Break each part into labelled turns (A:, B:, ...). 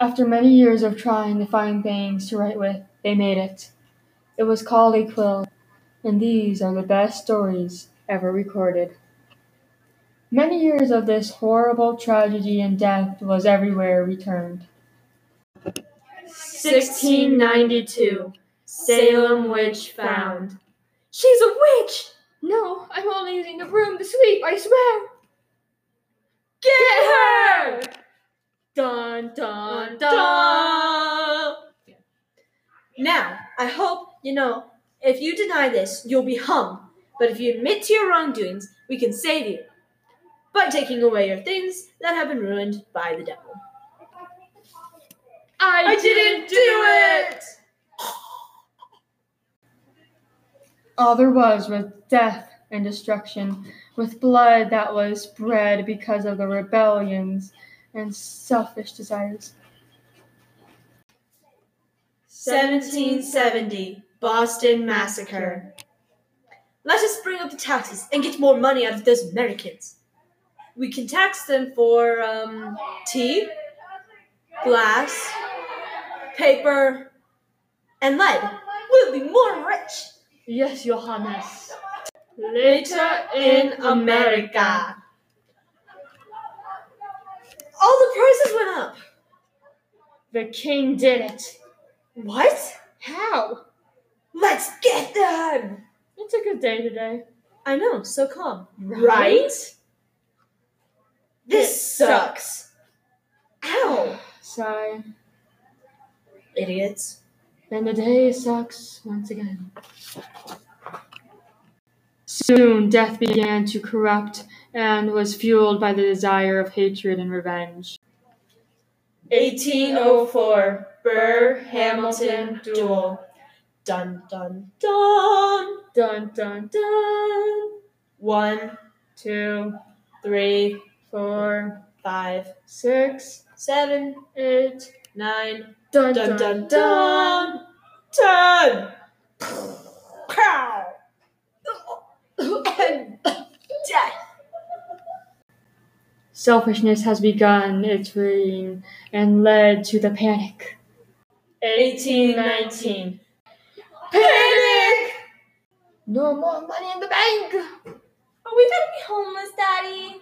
A: After many years of trying to find things to write with, they made it. It was called a quill, and these are the best stories ever recorded. Many years of this horrible tragedy and death was everywhere returned.
B: 1692. Salem Witch found. She's a witch!
A: No, I'm only using the room to sleep, I swear!
B: Get her!
A: Dun dun
B: Dun, dun. Now, I hope you know if you deny this, you'll be hung. But if you admit to your wrongdoings, we can save you by taking away your things that have been ruined by the devil.
A: I, All there was was death and destruction, with blood that was spread because of the rebellions and selfish desires.
B: 1770 Boston Massacre. Let us bring up the taxes and get more money out of those Americans. We can tax them for um, tea, glass, paper, and lead. We'll be more rich.
A: Yes, Johannes.
B: Later in America. All the prices went up.
A: The king did it.
B: What?
A: How?
B: Let's get them!
A: It's a good day today.
B: I know, so calm.
A: Right?
B: This sucks. Ow!
A: Sigh.
B: Idiots.
A: And the day sucks once again. Soon death began to corrupt and was fueled by the desire of hatred and revenge.
B: 1804 Burr Hamilton duel. Dun dun dun!
A: Dun dun
B: Dun! One,
A: two,
B: three,
A: four,
B: five,
A: six,
B: seven,
A: eight.
B: nine,
A: Dun
B: Dun dun dun! Ten! Pow! And death!
A: Selfishness has begun its reign and led to the panic.
B: 1819.
A: Panic! No more money in the bank.
B: Are we gonna be homeless, Daddy?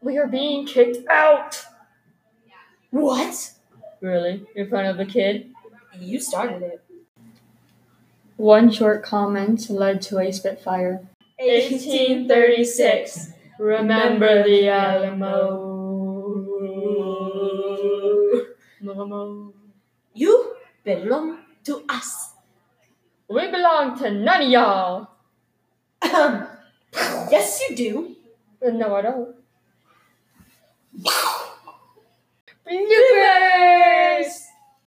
A: We are being kicked out.
B: What?
A: Really? In front of the kid?
B: You started it.
A: One short comment led to a spitfire.
B: 1836.
A: Remember the Alamo.
B: You belong to us.
A: We belong to none of y'all.
B: Um, yes, you do.
A: Uh, No, I don't.